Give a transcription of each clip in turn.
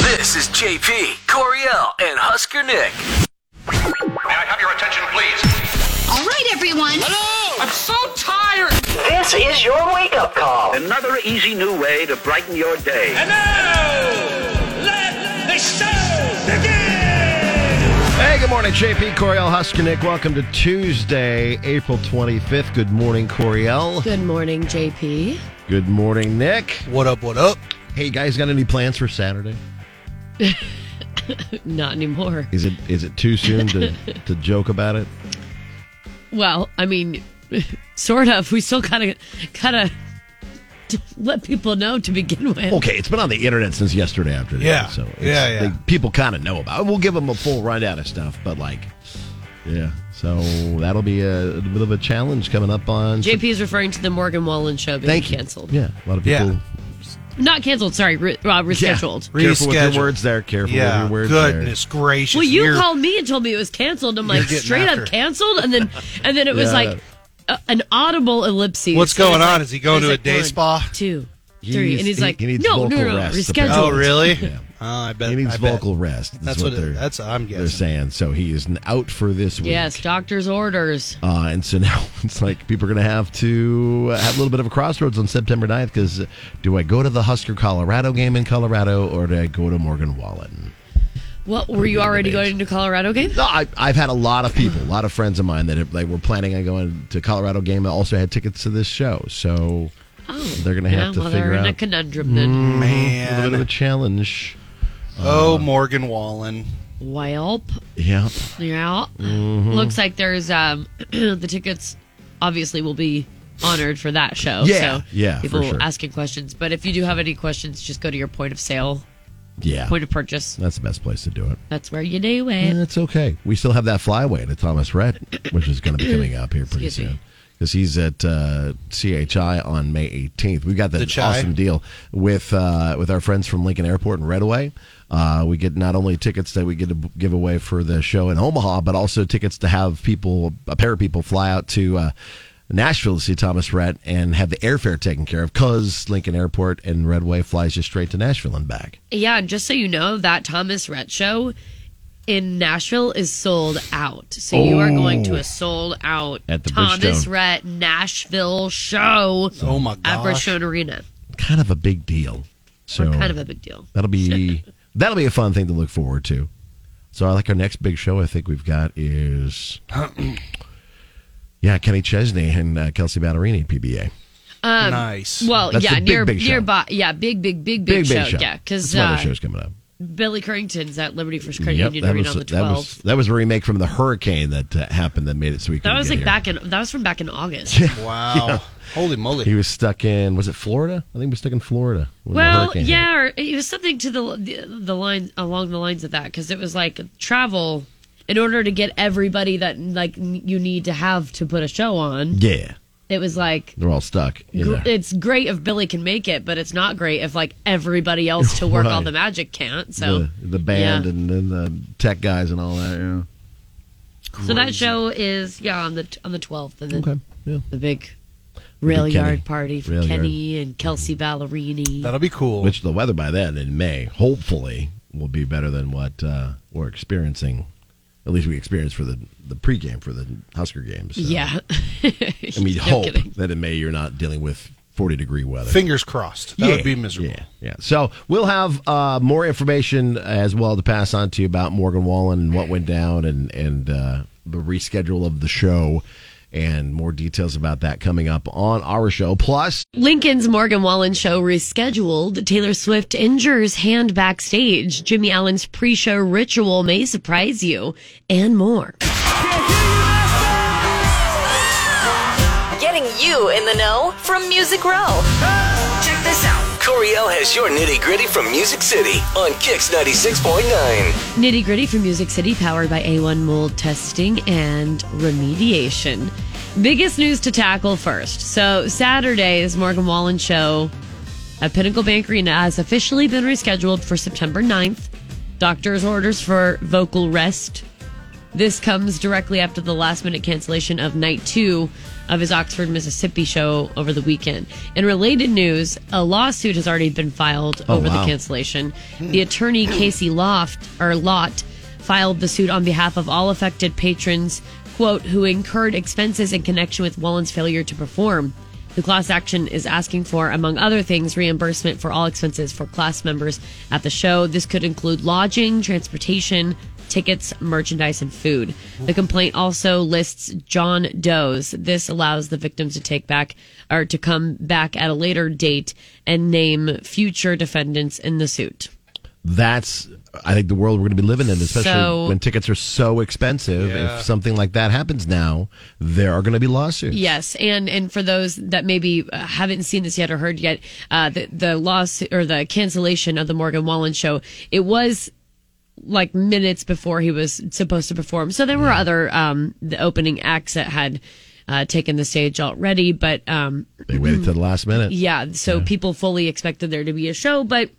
This is JP, Coriel, and Husker Nick. May I have your attention, please? All right, everyone. This is your wake up call. Another easy new way to brighten your day. And now, let the show begin! Hey, good morning, JP Coriel Huskinick. Welcome to Tuesday, April 25th. Good morning, Coriel. Good morning, JP. Good morning, Nick. What up, what up? Hey, you guys, got any plans for Saturday? Not anymore. Is it is it too soon to, to joke about it? Well, I mean, sort of. We still gotta gotta let people know to begin with. Oh. Okay, it's been on the internet since yesterday afternoon. Yeah. So it's- Yeah, yeah. they- people kind of know about it. We'll give them a full rundown of stuff, but like, yeah. So that'll be a, a bit of a challenge coming up on. JP is referring to the Morgan Wallen show being Thank you. canceled. Yeah, a lot of Yeah. people. Not canceled. Sorry, re- uh, rescheduled. Careful with your Rescheduled. words there. Careful with Yeah, your words there. goodness gracious. Well, you You're- called me and told me it was canceled. I'm like You're getting straight after up it. canceled, and then and then it was Yeah. like uh, an audible ellipses. What's So it's going like- on? Is he going it's to a like day one, spa? Two, He three, needs- and he's he- like, he needs no, no, vocal no, no, rest. rescheduled. Oh, really? Yeah. Oh, I bet He needs I bet. vocal rest. is That's what it- they're, that's uh, what I'm They're guessing. saying so. He is n- out for this week. Yes, doctor's orders. Uh, and so now it's like people are going to have to uh, have a little bit of a crossroads on September 9th because do I go to the Husker Colorado game in Colorado or do I go to Morgan Wallen? What were you already going to Colorado game? No, I, I've had a lot of people, a lot of friends of mine that have, like, were planning on going to Colorado game. I also had tickets to this show. So they're going to Oh, Yeah, have to well, figure they're in a out Mm-hmm. conundrum then. a little bit of a Man. challenge. Oh, Morgan Wallen. Welp. Yeah. Yeah. Mm-hmm. Looks like there's um the tickets obviously will be honored for that show. Yeah, So yeah, for people sure. asking questions. But if you do have any questions, just go to your point of sale, Yeah. point of purchase. That's the best place to do it. That's where you do it. That's okay. We still have that flyaway to Thomas Rhett, which is going to be coming up here pretty Excuse me. soon. Because he's at uh, CHI on May 18th. We've got The that Chi? awesome deal with uh, with our friends from Lincoln Airport and Redway. Uh, we get not only tickets that we get to b- give away for the show in Omaha, but also tickets to have people, a pair of people, fly out to uh, Nashville to see Thomas Rhett and have the airfare taken care of because Lincoln Airport and Redway flies you straight to Nashville and back. Yeah, and just so you know, that Thomas Rhett show in Nashville is sold out. So you are going to a sold out Oh. At the Thomas Bridgestone. Rhett Nashville show Oh my at gosh. Bridgestone Arena. Kind of a big deal. So Kind of a big deal. That'll be that'll be a fun thing to look forward to. So I like our next big show. I think we've got is yeah, Kenny Chesney and uh, Kelsey Ballerini PBA. Um, nice. Well, That's yeah, the big, near big show. nearby, yeah, big, big, big, big, Big big, show, show. yeah, because That's one of uh, the shows coming up. Billy Currington's at Liberty First Credit Yep, Union that Arena was on the that was 12th. that was a remake from the hurricane that uh, happened that made it so we That couldn't was get like here. back in that was from back in August. wow. Holy moly. He was stuck in was it Florida? I think he was stuck in Florida. when the Well, hurricane hit. yeah, or it was something to the the, the line along the lines of that because it was like travel in order to get everybody that like n- you need to have to put a show on. yeah, It was like. they're all stuck. in gr- there. It's great if Billy can make it, but it's not great if like everybody else to work all Right. the magic can't. So the, the band yeah. and then the tech guys and all that. Yeah. So that show is yeah on the on the twelfth, and then Okay, yeah. the big rail Kenny. yard party for Rail yard. uh, Kenny and Kelsey Ballerini. That'll be cool. which the weather by then in May, hopefully, will be better than what uh, we're experiencing. At least we experienced for the the pregame for the Husker games. So, yeah, I mean, No hope kidding. that in May you're not dealing with 40 degree weather. Fingers crossed. That Yeah, would be miserable. Yeah, yeah. So we'll have uh, more information as well to pass on to you about Morgan Wallen and what went down and and uh, the reschedule of the show. And more details about that coming up on our show. Plus, Lincoln's Morgan Wallen show rescheduled. Taylor Swift injures hand backstage. Jimmy Allen's pre-show ritual may surprise you, and more. Getting you in the know from Music Row. Check this out. Coriel has your nitty gritty from Music City on Kix 96.9. Nitty gritty from Music City, powered by A1 mold testing and remediation. Biggest news to tackle first. So, Saturday's Morgan Wallen show at Pinnacle Bank Arena has officially been rescheduled for September 9th. Doctor's orders for vocal rest This comes directly after the last minute cancellation of night two of his Oxford, Mississippi show over the weekend. In related news, a lawsuit has already been filed Oh, over wow. the cancellation. The attorney Casey Loft or Lott filed the suit on behalf of all affected patrons, quote, who incurred expenses in connection with Wallen's failure to perform. The class action is asking for, among other things, reimbursement for all expenses for class members at the show. This could include lodging, transportation, tickets, merchandise, and food. The complaint also lists John Doe's. This allows the victims to take back or to come back at a later date and name future defendants in the suit. That's I think the world we're going to be living in, especially So- when tickets are so expensive. Yeah. If something like that happens now, there are going to be lawsuits. Yes, and and for those that maybe uh, haven't seen this yet or heard yet, uh, the the loss or the cancellation of the Morgan Wallen show, it was like minutes before he was supposed to perform. So there were other um, the opening acts that had uh, taken the stage already, but um, They waited till the last minute. yeah, so people fully expected there to be a show, but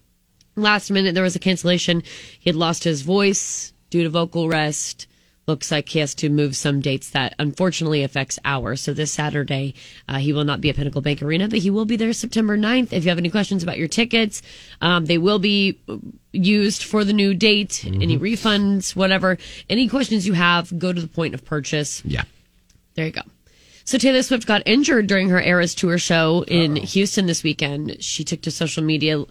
last minute there was a cancellation. He had lost his voice due to vocal rest. Looks like he has to move some dates that unfortunately affects ours. So this Saturday, uh, he will not be at Pinnacle Bank Arena, but he will be there September 9th. If you have any questions about your tickets, um, they will be used for the new date, any refunds, whatever. Any questions you have, go to the point of purchase. Yeah. There you go. So Taylor Swift got injured during her Eras Tour show in Houston this weekend. She took to social media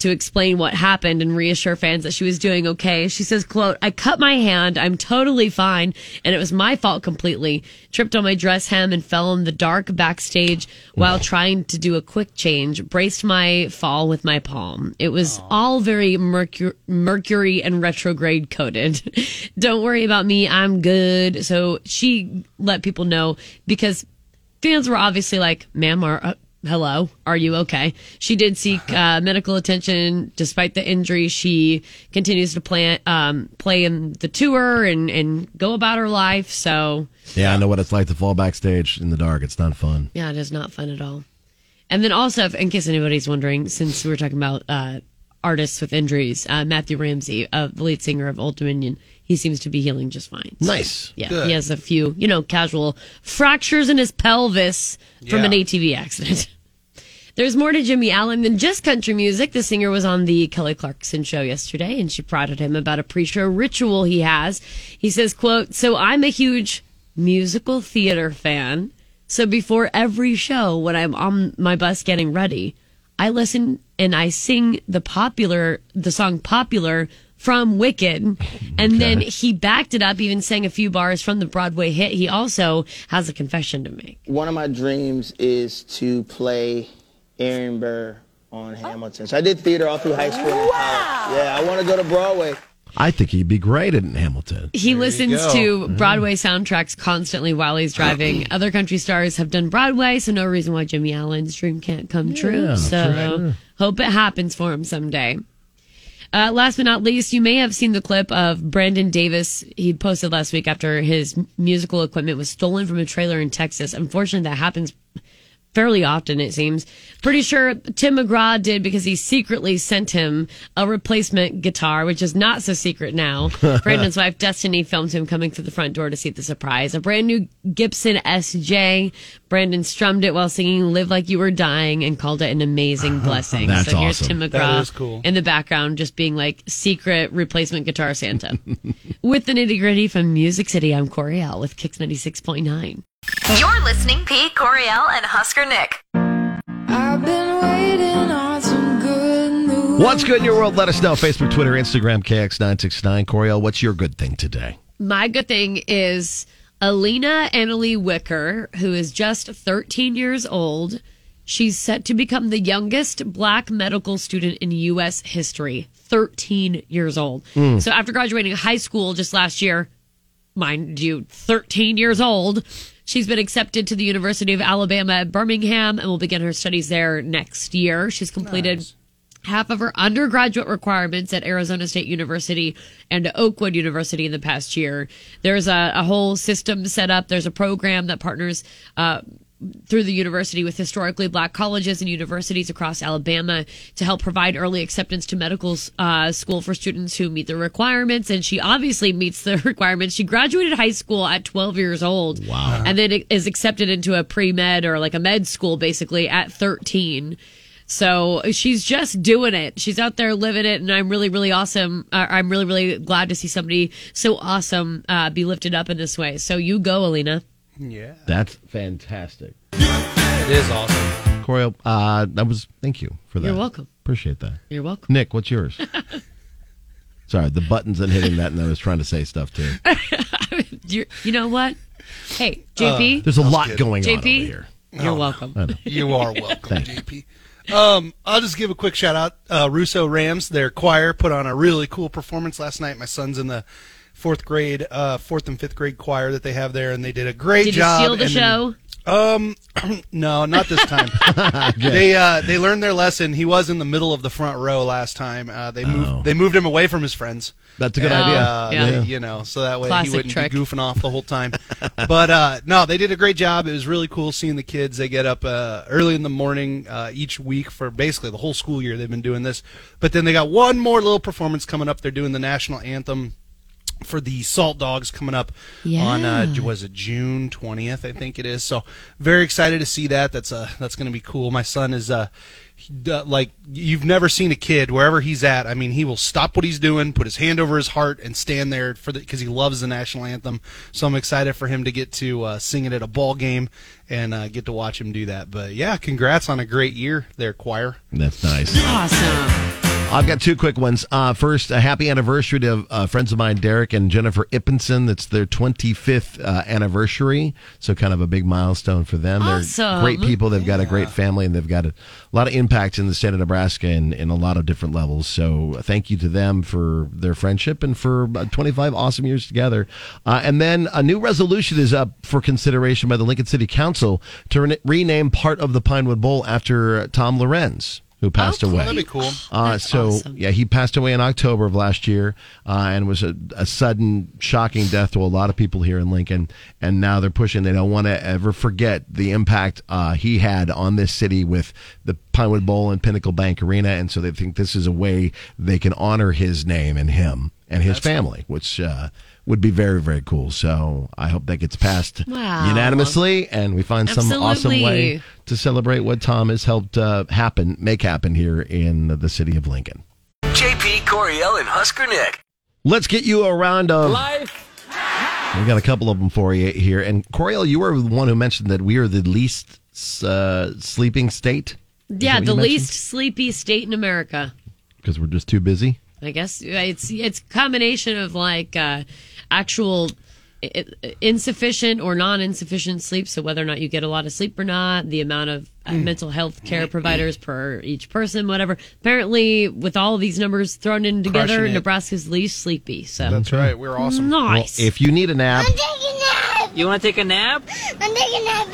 to explain what happened and reassure fans that she was doing okay. She says, quote, I cut my hand. I'm totally fine. And it was my fault completely. Tripped on my dress hem and fell in the dark backstage while trying to do a quick change. Braced my fall with my palm. It was all very mercury, mercury and retrograde coded. Don't worry about me. I'm good. So she let people know because fans were obviously like, ma'am, are, uh, hello, are you okay? She did seek uh, medical attention despite the injury. She continues to play, um, play in the tour and, and go about her life. So, Yeah, I know what it's like to fall backstage in the dark. It's not fun. yeah, it is not fun at all. And then also, if, in case anybody's wondering, since we were talking about uh, artists with injuries, uh, Matthew Ramsey, uh, the lead singer of Old Dominion, he seems to be healing just fine. Nice. Yeah, Good. he has a few, you know, casual fractures in his pelvis from Yeah. an ATV accident. There's more to Jimmy Allen than just country music. The singer was on the Kelly Clarkson show yesterday and she prodded him about a pre-show ritual he has. He says, quote, "So I'm a huge musical theater fan. So before every show when I'm on my bus getting ready, I listen and I sing the popular the song popular from Wicked. And then he backed it up even sang a few bars from the Broadway hit. He also has a confession to make. One of my dreams is to play Aaron Burr on Hamilton. So I did theater all through high school. and college. Yeah, I want to go to Broadway. I think he'd be great in Hamilton. He listens go. to Broadway soundtracks constantly while he's driving. Other country stars have done Broadway, so no reason why Jimmy Allen's dream can't come true. So hope it happens for him someday. Uh, last but not least, you may have seen the clip of Brandon Davis. He posted last week after his musical equipment was stolen from a trailer in Texas. Unfortunately, that happens fairly often, it seems. Pretty sure Tim McGraw did because he secretly sent him a replacement guitar, which is not so secret now. Brandon's wife, Destiny, filmed him coming through the front door to see the surprise. A brand new Gibson SJ. Brandon strummed it while singing Live Like You Were Dying and called it an amazing blessing. That's so here's awesome. Tim McGraw That is cool. in the background just being like secret replacement guitar Santa. with the nitty gritty from Music City, I'm Coriel with Kicks 96.9. You're listening P. Coriel and Husker Nick. What's good in your world? Let us know. Facebook, Twitter, Instagram, KX969. Coriel, what's your good thing today? My good thing is Alina Annalie Wicker, who is just 13 years old. She's set to become the youngest black medical student in U.S. history, 13 years old. So after graduating high school just last year, mind you, 13 years old. She's been accepted to the University of Alabama at Birmingham and will begin her studies there next year. She's completed half of her undergraduate requirements at Arizona State University and Oakwood University in the past year. There's a, a whole system set up, there's a program that partners. Uh, through the university with historically black colleges and universities across Alabama to help provide early acceptance to medical uh, school for students who meet the requirements. And she obviously meets the requirements. She graduated high school at 12 years old. Wow. And then is accepted into a pre med or like a med school basically at 13. So she's just doing it. She's out there living it, and I'm really, really awesome. Uh, I'm really, really glad to see somebody so awesome uh, be lifted up in this way. So you go, Alina. Yeah. That's fantastic. It is awesome. Corey, uh, that was thank you for that. You're welcome. Appreciate that. You're welcome. Nick, what's yours? Sorry, the buttons and hitting that, and I was trying to say stuff too. you you know what? Hey, Uh, JP. There's a lot Uh, going on over JP? here. you're welcome. I know. You are welcome, Thank you. JP. Um, I'll just give a quick shout out. Uh, Russo Rams, their choir, put on a really cool performance last night. My son's in the fourth grade, uh, fourth and fifth grade choir that they have there, and they did a great Did you job. steal the and then- show? No, not this time. they uh, they learned their lesson. He was in the middle of the front row last time. Uh, they moved they moved him away from his friends. That's a good And, idea. Uh, Yeah. they- you know, so that way Classic he wouldn't trick. be goofing off the whole time. but uh, no, they did a great job. It was really cool seeing the kids. They get up uh, early in the morning uh, each week for basically the whole school year. They've been doing this, but then they got one more little performance coming up. They're doing the national anthem. For the Salt Dogs coming up on uh, Yeah. Ju- was it June twentieth? I think it is. So very excited to see that. That's uh that's going to be cool. My son is uh he d- like you've never seen a kid wherever he's at. I mean, he will stop what he's doing, put his hand over his heart, and stand there for the because he loves the national anthem. So I'm excited for him to get to uh, sing it at a ball game and uh, get to watch him do that. But yeah, congrats on a great year there, choir. That's nice. Awesome. I've got two quick ones. Uh, first, a happy anniversary to uh, friends of mine, Derek and Jennifer Ippenson. That's their 25th uh, anniversary, so kind of a big milestone for them. Awesome. They're great people. They've got a great family, and they've got a lot of impact in the state of Nebraska and in a lot of different levels. So, thank you to them for their friendship and for uh, 25 awesome years together. Uh, and then a new resolution is up for consideration by the Lincoln City Council to re- rename part of the Pinewood Bowl after Tom Lorenz. Who Oh, passed away? That'd be cool. Uh, That's so awesome. yeah, he passed away in October of last year, uh, and was a, a sudden, shocking death to a lot of people here in Lincoln. And now they're pushing; they don't want to ever forget the impact uh, he had on this city with the Pinewood Bowl and Pinnacle Bank Arena. And so they think this is a way they can honor his name and him and his family, which uh, would be very, very cool. So I hope that gets passed Wow. unanimously, and we find some awesome Absolutely. way to celebrate what Tom has helped uh, happen, make happen here in the city of Lincoln. JP Coriel and Husker Nick. Let's get you a round of life. We got a couple of them for you here, and Coriel, you were the one who mentioned that we are the least uh, sleeping state. Yeah, the least sleepy state in America. because we're just too busy. I guess it's it's a combination of like uh, actual i- i- insufficient or non-insufficient sleep. So whether or not you get a lot of sleep or not, the amount of uh, Mm. mental health care providers per each person, whatever. Apparently, with all these numbers thrown in together, Crushing it. Nebraska's least sleepy. So That's right. We're awesome. nice. Well, if you need a nap, You want to take a nap? I'm taking that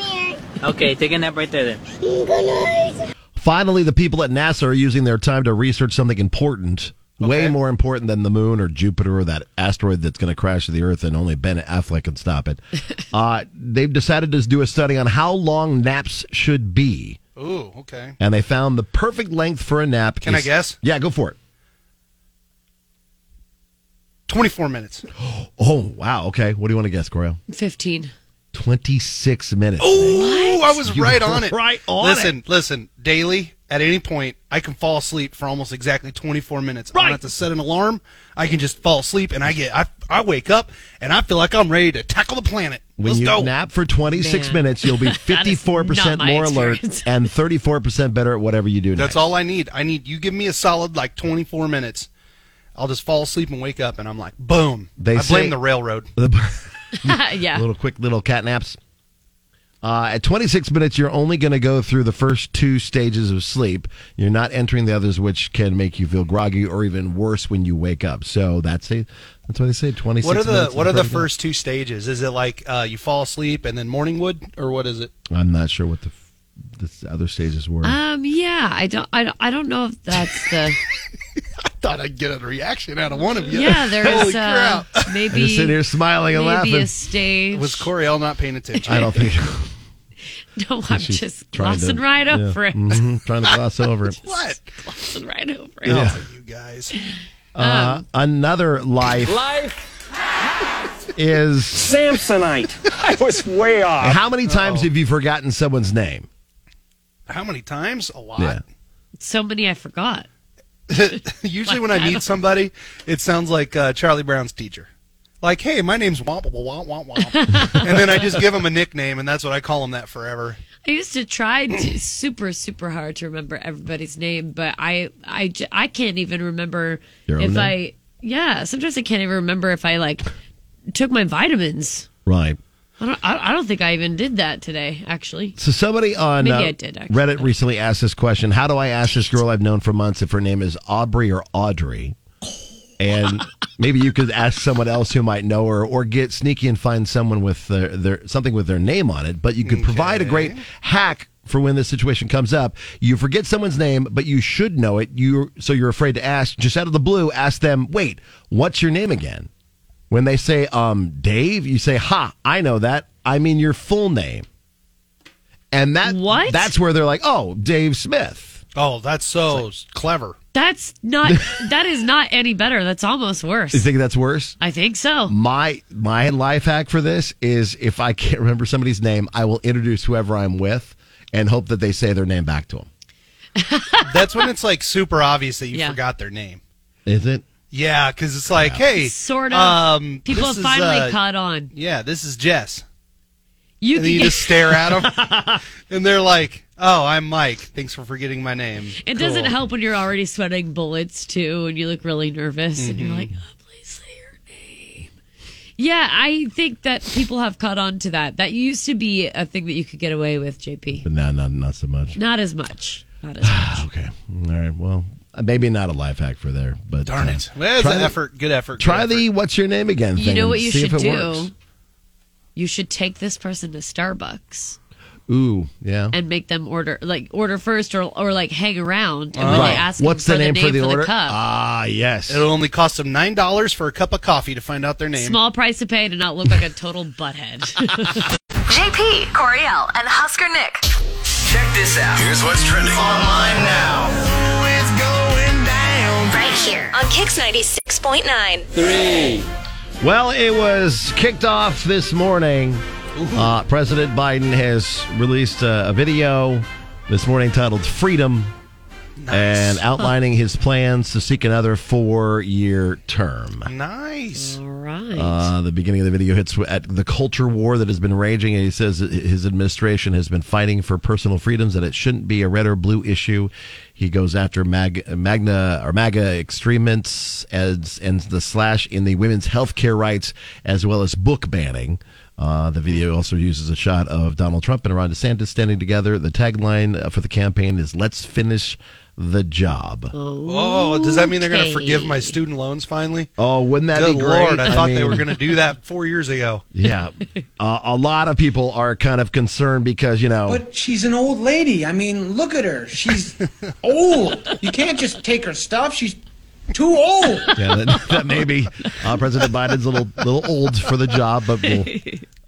beer. Okay, take a nap right there then. I'm gonna finally, the people at NASA are using their time to research something important. Way Okay. more important than the moon or Jupiter or that asteroid that's going to crash the Earth and only Ben Affleck can stop it. uh, they've decided to do a study on how long naps should be, Ooh, okay. and they found the perfect length for a nap. Can I guess? Yeah, go for it. Twenty-four minutes. Oh wow, okay. What do you want to guess, Coriel? Fifteen. Twenty six minutes. Ooh, I was You right were on it. right on listen, it. Listen, Daily, at any point, I can fall asleep for almost exactly 24 minutes. I Right. don't have to set an alarm. I can just fall asleep, and I get I, I wake up, and I feel like I'm ready to tackle the planet. When Let's you go. nap for 26 Man. minutes, you'll be That is 54% not my more alert experience. and 34% better at whatever you do next. That's all I need. I need you give me a solid like 24 minutes. I'll just fall asleep and wake up, and I'm like, boom. They I blame say- the railroad. The- yeah. little quick little cat naps. Uh, at 26 minutes, you're only going to go through the first two stages of sleep. You're not entering the others, which can make you feel groggy or even worse when you wake up. So that's a that's why they say 26. What are the minutes is What are the pretty good. first two stages? Is it like uh, you fall asleep and then morning wood, or what is it? I'm not sure what the f- the other stages were. Um. Yeah. I don't. I don't. I don't know if that's the. Thought I'd get a reaction out of one of you. Yeah. There's Holy uh, crap. I'm just sitting maybe here smiling and maybe laughing. a stage. Was Coriel not paying attention? I don't think. No, I'm She's just trying to- glossing right over it. Mhm, trying to gloss over it. Just Glossing right over it. Yeah. You guys. Uh, Um. another life Life is Samsonite. I was way off. How many times Uh-oh. have you forgotten someone's name? How many times? A lot. Yeah. So many I forgot. Usually when I meet somebody, it sounds like uh, Charlie Brown's teacher. Like, hey, my name's Womp Womp Womp Womp, and then I just give them a nickname, and that's what I call them that forever. I used to try to, super super hard to remember everybody's name, but I I, j- I can't even remember Your own if name? I yeah. Sometimes I can't even remember if I like took my vitamins. Right. I don't I, I don't think I even did that today actually. So somebody on Maybe uh, I did, actually. Reddit recently asked this question: How do I ask this girl I've known for months if her name is Aubrey or Audrey? And maybe you could ask someone else who might know her, or get sneaky and find someone with their, their something with their name on it. But you could provide a great hack for when this situation comes up. You forget someone's name, but you should know it. You so you're afraid to ask. Just out of the blue, ask them, "Wait, what's your name again?" When they say, um, Dave, you say, ha, I know that. I mean your full name. And that what? that's where they're like, oh, Dave Smith. Oh, that's so clever. That's not that is not any better. That's almost worse. You think that's worse? I think so. My my life hack for this is if I can't remember somebody's name, I will introduce whoever I'm with and hope that they say their name back to them. That's when it's like super obvious that you Yeah. forgot their name. Is it? Yeah, because it's like, hey, Sort of. Um, People this have is, finally uh, caught on. Yeah, this is Jess. You and then can you get- just stare at them, and they're like, "Oh, I'm Mike. Thanks for forgetting my name." It doesn't Cool. help when you're already sweating bullets too, and you look really nervous, and Mm-hmm. you're like, oh, "Please say your name." Yeah, I think that people have caught on to that. That used to be a thing that you could get away with, JP. But no, not not so much. Not as much. Not as much. Okay. All right. Well, Uh, maybe not a life hack for there, but Darn uh, it! Well, it's try an the- effort. Good effort. Try the what's your name again thing. You know and what you see if should it do? works. You should take this person to Starbucks Ooh, yeah. and make them order, like order first, or or like hang around, and when Right. they ask What's them the name for the order? cup. Ah, yes. It'll only cost them nine dollars for a cup of coffee to find out their Uh, name. Small price to pay to not look like a total butthead. JP, Coriel, and Husker Nick. Check this out. Here's what's trending online now. It's going down. Right here on Kix 96.9. Three. Well, it was kicked off this morning. Uh, President Biden has released a, a video this morning titled Freedom and outlining his plans to seek another four year term. Nice. All right. Uh, the beginning of the video hits at the culture war that has been raging, and he says that his administration has been fighting for personal freedoms, that it shouldn't be a red or blue issue. He goes after Mag- Magna or MAGA extremists as and the slash in the women's health care rights, as well as book banning. Uh, the video also uses a shot of Donald Trump and Ron DeSantis standing together. The tagline uh, for the campaign is "Let's finish the job." Oh, does that mean they're going to Okay. forgive my student loans finally? Oh, wouldn't that Good be great? lord! I, thought they mean- were going to do that four years ago. Yeah, uh, a lot of people are kind of concerned because you know But she's an old lady. I mean, look at her. She's old. You can't just take her stuff. She's too old. yeah, that, that may be uh, President Biden's a little little old for the job, but we'll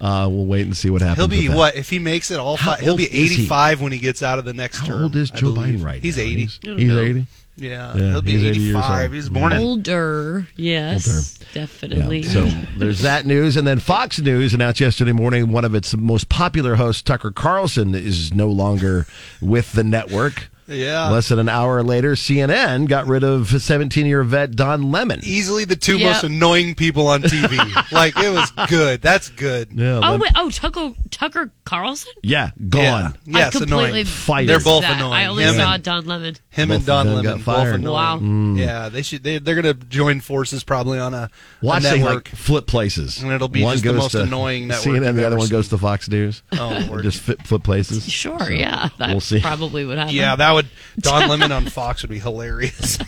uh, we'll wait and see what happens. He'll be with that. what if he makes it all? How Five, he'll be old is he? eighty-five when he gets out of the next How term. old is I Joe believe. Biden right He's now? eighty. He's- he's 80? Yeah, Yeah, he'll be he's 80 years eighty-five. old. He's born in Older, yes, definitely. Yeah, so there's that news, and then Fox News announced yesterday morning one of its most popular hosts, Tucker Carlson, is no longer with the network. Yeah. Less than an hour later, CNN got rid of 17-year vet Don Lemon. easily the two Yep. most annoying people on TV. like it was good. That's good. Yeah, oh wait, oh Tucker Tucker Carlson. yeah, gone. Yeah. Yes, I completely annoying. Fired. They're both that. annoying. I only him saw and, Don Lemon. him Both and of Don them Lemon. got both fired. Mm. annoying. Wow. Yeah, they should. They, they're going to join forces probably on a, a Watch they like network. flip places, And it'll be one just the goes most to annoying network CNN, you've the other ever one goes to Fox News. Oh, Or Lord. just flip, flip places. Sure, So, yeah, that we'll see. probably would happen. yeah, that would Don Lemon on Fox would be hilarious.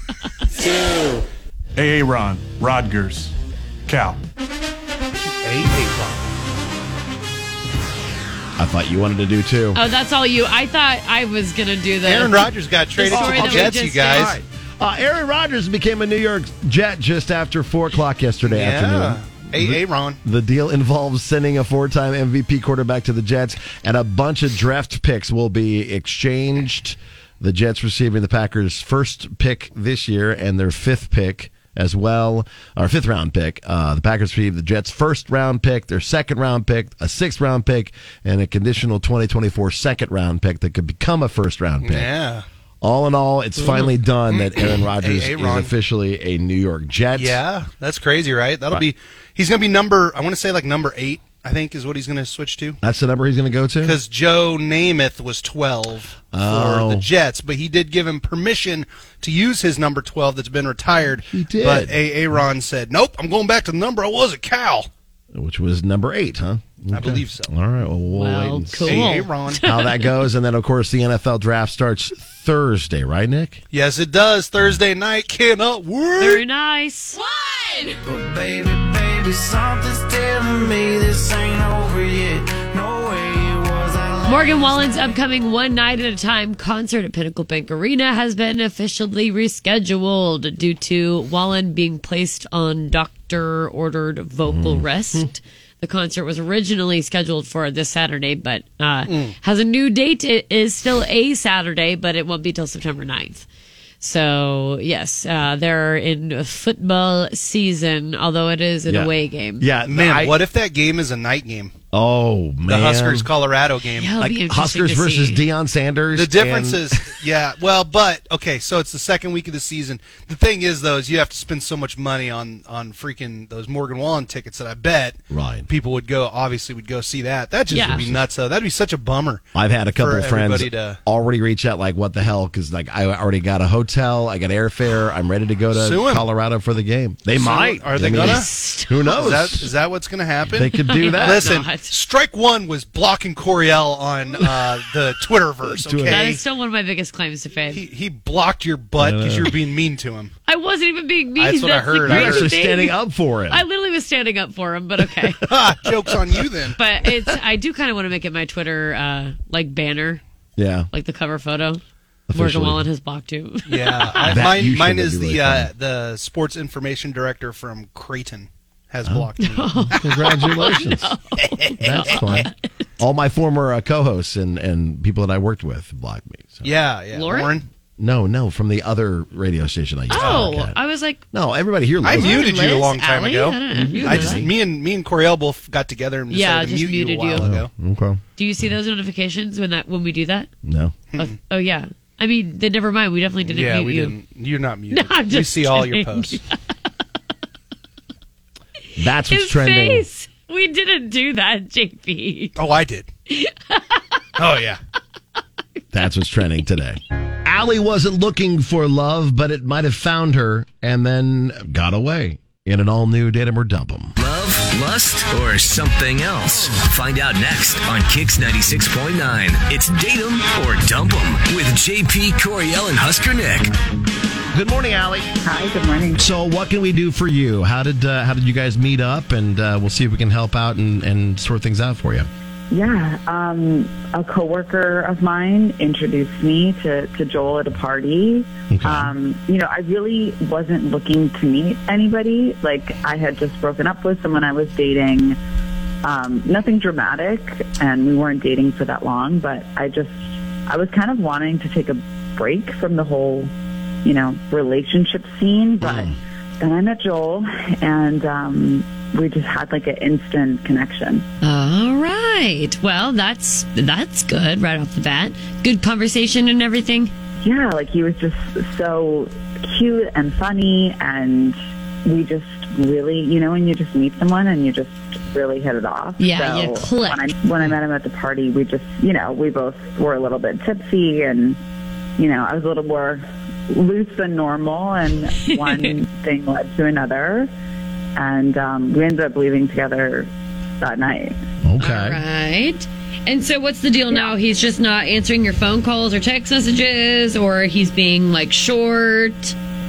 Aaron Rodgers. Cal. I thought you wanted to do too. Oh, that's all you. I thought I was gonna do the Aaron Rodgers got traded story to that we the Jets. just You guys. did. Uh, Aaron Rodgers became a New York Jet just after four o'clock yesterday Yeah. afternoon. A. A. Ron. The deal involves sending a four-time MVP quarterback to the Jets, and a bunch of draft picks will be exchanged. The Jets receiving the Packers' first pick this year and their fifth pick as well, our fifth round pick. Uh, the Packers received the Jets' first round pick, their second round pick, a sixth round pick, and a conditional 2024 second round pick that could become a first round pick. Yeah. All in all, it's finally done that Aaron Rodgers Hey, hey, is Ron. officially a New York Jet. Yeah, that's crazy, right? That'll Right. be. He's going to be number. I want to say like number eight. I think is what he's going to switch to. That's the number he's going to go to? Because Joe Namath was 12 Oh. for the Jets, but he did give him permission to use his number 12 that's been retired. He did. But A. Aaron said, nope, I'm going back to the number I was at Cal. which was number eight, huh? I believe so. All right, well, we'll Well, wait and cool. see Aaron. how that goes, and then of course the NFL draft starts Thursday, right, Nick? Yes, it does. Thursday night. Cannot work. Very nice. But baby, baby, something's telling me this ain't over yet. No way it was. I lost Morgan Wallen's upcoming One Night at a Time concert at Pinnacle Bank Arena has been officially rescheduled due to Wallen being placed on doctor ordered vocal Mm-hmm. rest. The concert was originally scheduled for this Saturday, but uh, Mm. has a new date. It is still a Saturday, but it won't be till September 9th. So, yes, uh, they're in football season, although it is an Yeah. away game. man. what if that game is a night game? Oh man, The Huskers Colorado game. Yeah, it'll be like interesting to Huskers versus see. Deion Sanders. The difference and- is, yeah, well, but okay, so it's the second week of the season. The thing is, though, is you have to spend so much money on on freaking those Morgan Wallen tickets that I bet Right. people would go. Obviously, would go see that. That just Yeah. would be nuts, though. That'd be such a bummer. I've had a couple for of friends everybody to- already reach out like, "What the hell?" Because like I already got a hotel, I got airfare, I'm ready to go to Sue 'em. Colorado for the game. They So, might. Are I they mean, gonna? Who knows? Is that, is that what's going to happen? They could do I that. hope Listen, not. strike one was blocking Coriel on uh, the Twitterverse. Do it. That Okay, is still one of my biggest claims to fame. he, he blocked your butt because you were being mean to him. I wasn't even being mean. That's what I the heard. I You're great heard- actually thing. standing up for it. I literally was standing up for him, but okay. Ha, Jokes on you then. but it's I do kind of want to make it my Twitter uh, like banner, yeah, like the cover photo. Officially. Morgan Wallen has blocked you. Yeah, I, That mine, usually mine would is be the really uh, the sports information director from Creighton has blocked me. Congratulations. That's fun. All my former uh, co-hosts and, and people that I worked with blocked me. So. Yeah, yeah. Lauren? No, no, from the other radio station I used to oh, work at. I was like, no, everybody here. I loves it. muted you a Liz, long time Allie? ago. I don't know. Mm-hmm. You I just muted me and me and Coriel both got together and Yeah, decided just to mute muted you a while you. ago. Okay. do you see those notifications when that when we do that? No. Oh, oh, yeah. I mean, then never mind. We definitely didn't Yeah, mute we you. didn't. You're not muted. No, I'm we just see all your kidding. posts. That's what's His trending. face. We didn't do that, JP. Oh, I did. oh yeah. That's what's trending today. Allie wasn't looking for love, but it might have found her and then got away in an all new Datum or Dump 'em. Love, lust, or something else? Find out next on Kix 96.9. It's Date 'em or Dump 'em with JP Coriel and Husker Nick. Good morning, Allie. Hi, good morning. So, what can we do for you? How did uh, how did you guys meet up? And uh, we'll see if we can help out and, and sort things out for you. Yeah, um, a coworker of mine introduced me to, to Joel at a party. Um, you know, I really wasn't looking to meet anybody. Like, I had just broken up with someone I was dating. Um, nothing dramatic, and we weren't dating for that long, but I just, I was kind of wanting to take a break from the whole, you know, relationship scene, but then I met Joel, and um, we just had like an instant connection. All right. Well, that's that's good right off the bat. Good conversation and everything. yeah, like he was just so cute and funny, and we just really, you know, when you just meet someone and you just really hit it off. Yeah, so you click. When I, when I met him at the party, we just, you know, we both were a little bit tipsy, and you know, I was a little more loose than normal, and one thing led to another, and um, we ended up leaving together that night. Okay. All right. And so, what's the deal now? He's just not answering your phone calls or text messages, or he's being like short.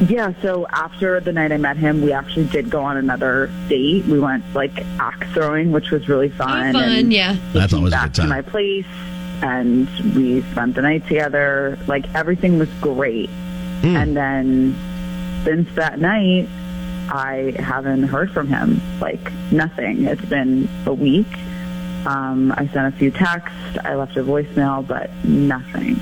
Yeah, so after the night I met him, we actually did go on another date. We went like axe throwing, which was really fun. fun, and yeah. he That's came always a back good time. To my place, and we spent the night together. Hmm. Like everything was great. And then since that night, I haven't heard from him. Like nothing. It's been a week. Um, I sent a few texts. I left a voicemail, but nothing.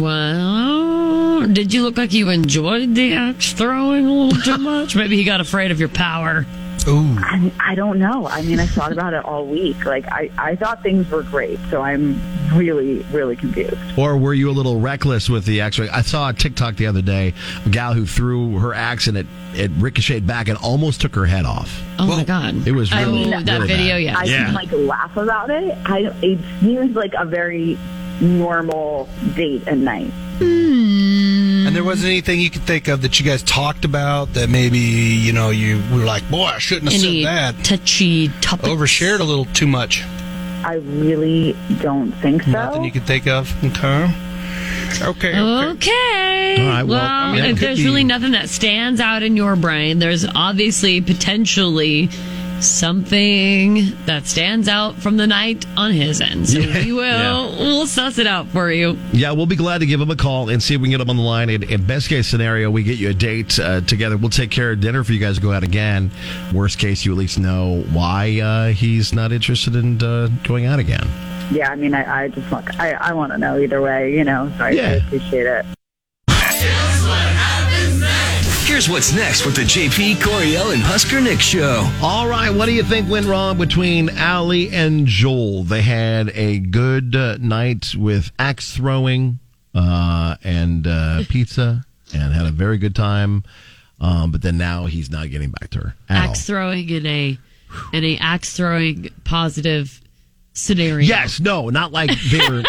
Well, did you look like you enjoyed the axe throwing a little too much? Maybe he got afraid of your power. Ooh. I, I don't know. I mean, I thought about it all week. Like, I, I thought things were great, so I'm really, really confused. Or were you a little reckless with the axe? I saw a TikTok the other day, a gal who threw her axe and it, it ricocheted back and almost took her head off. Oh my god! It was I really, mean, that really video, bad. yeah. I can like laugh about it. I it seems like a very normal date and night. And there wasn't anything you could think of that you guys talked about that maybe you know you were like, boy, I shouldn't have Any said that. Touchy topics. Overshared a little too much. I really don't think so. Nothing you could think of. Okay. Oh, Okay. Okay. All right, well, well, I mean, that if could there's be- really nothing that stands out in your brain, there's obviously potentially something that stands out from the night on his end. So Yeah. we will Yeah. we'll suss it out for you. Yeah, we'll be glad to give him a call and see if we can get him on the line. And, and best case scenario, we get you a date uh, together. We'll take care of dinner for you guys to go out again. Worst case, you at least know why uh, he's not interested in uh, going out again. Yeah, I mean, I, I just want I, I want to know either way, you know. So I Yeah. really appreciate it. Here's what's next with the JP Coriel and Husker Nick show. All right, what do you think went wrong between Allie and Joel? They had a good uh, night with axe throwing uh, and uh, pizza and had a very good time. Um, but then now he's not getting back to her at all. axe throwing in a in a axe throwing positive scenario. Yes, no, not like they were.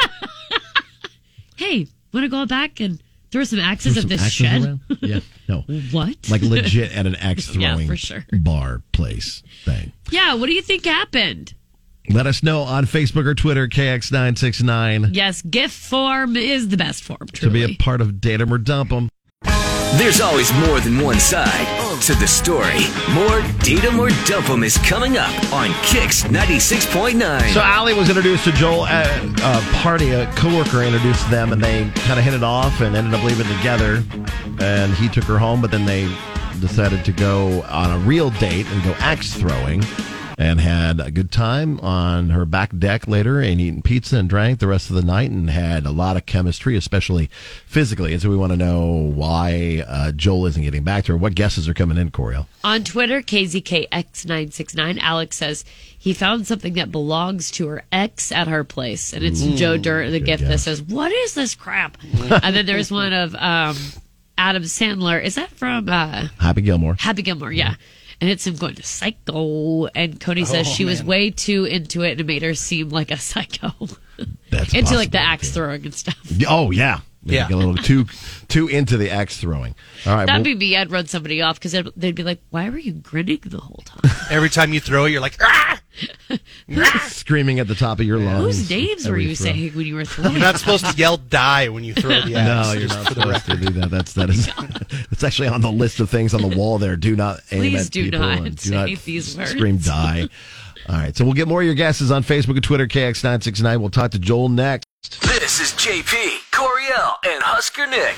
Hey, wanna go back and throw some axes Throw at some this axes shed? around? Yeah, no. What? Like legit at an axe Yeah, throwing for sure. bar place thing. Yeah, what do you think happened? Let us know on Facebook or Twitter, KX969, Yes, gift form is the best form. to be a part of Date 'em or Dump 'em. There's always more than one side to the story. More Datum or Dumpum is coming up on Kix 96.9. So Allie was introduced to Joel at a party. A coworker introduced them, and they kind of hit it off and ended up leaving together. And he took her home, but then they decided to go on a real date and go axe throwing, and had a good time on her back deck later, and eating pizza and drank the rest of the night, and had a lot of chemistry, especially physically. And so we want to know why uh, Joel isn't getting back to her. What guesses are coming in, Coriel? On Twitter, KZKX969, Alex says he found something that belongs to her ex at her place. And it's Ooh, Joe Mm, Dirt, the good gift that guess. says, What is this crap? and then there's one of um, Adam Sandler. Is that from uh, Happy Gilmore. Happy Gilmore? Yeah. And it's him going to psycho. And Cody says Mm-hmm. Oh, she was man. way too into it and it made her seem like a psycho. That's into like the possible, axe throwing and stuff. Oh yeah, Yeah. Get a little too too into the axe throwing. All right, That'd be well- me. I'd run somebody off because they'd be like, Why were you grinning the whole time? Every time you throw, it, you're like, ah! screaming at the top of your lungs. Whose names were every you throw. saying when you were throwing? You're not supposed to yell die when you throw the axe. No, you're just not for the supposed to do that. That's that is. It's actually on the list of things on the wall. There, do not aim Please at do people. not and do say not these words. Scream die. All right, so we'll get more of your guesses on Facebook and Twitter. KX969. We'll talk to Joel next. This is JP Coriel and Husker Nick.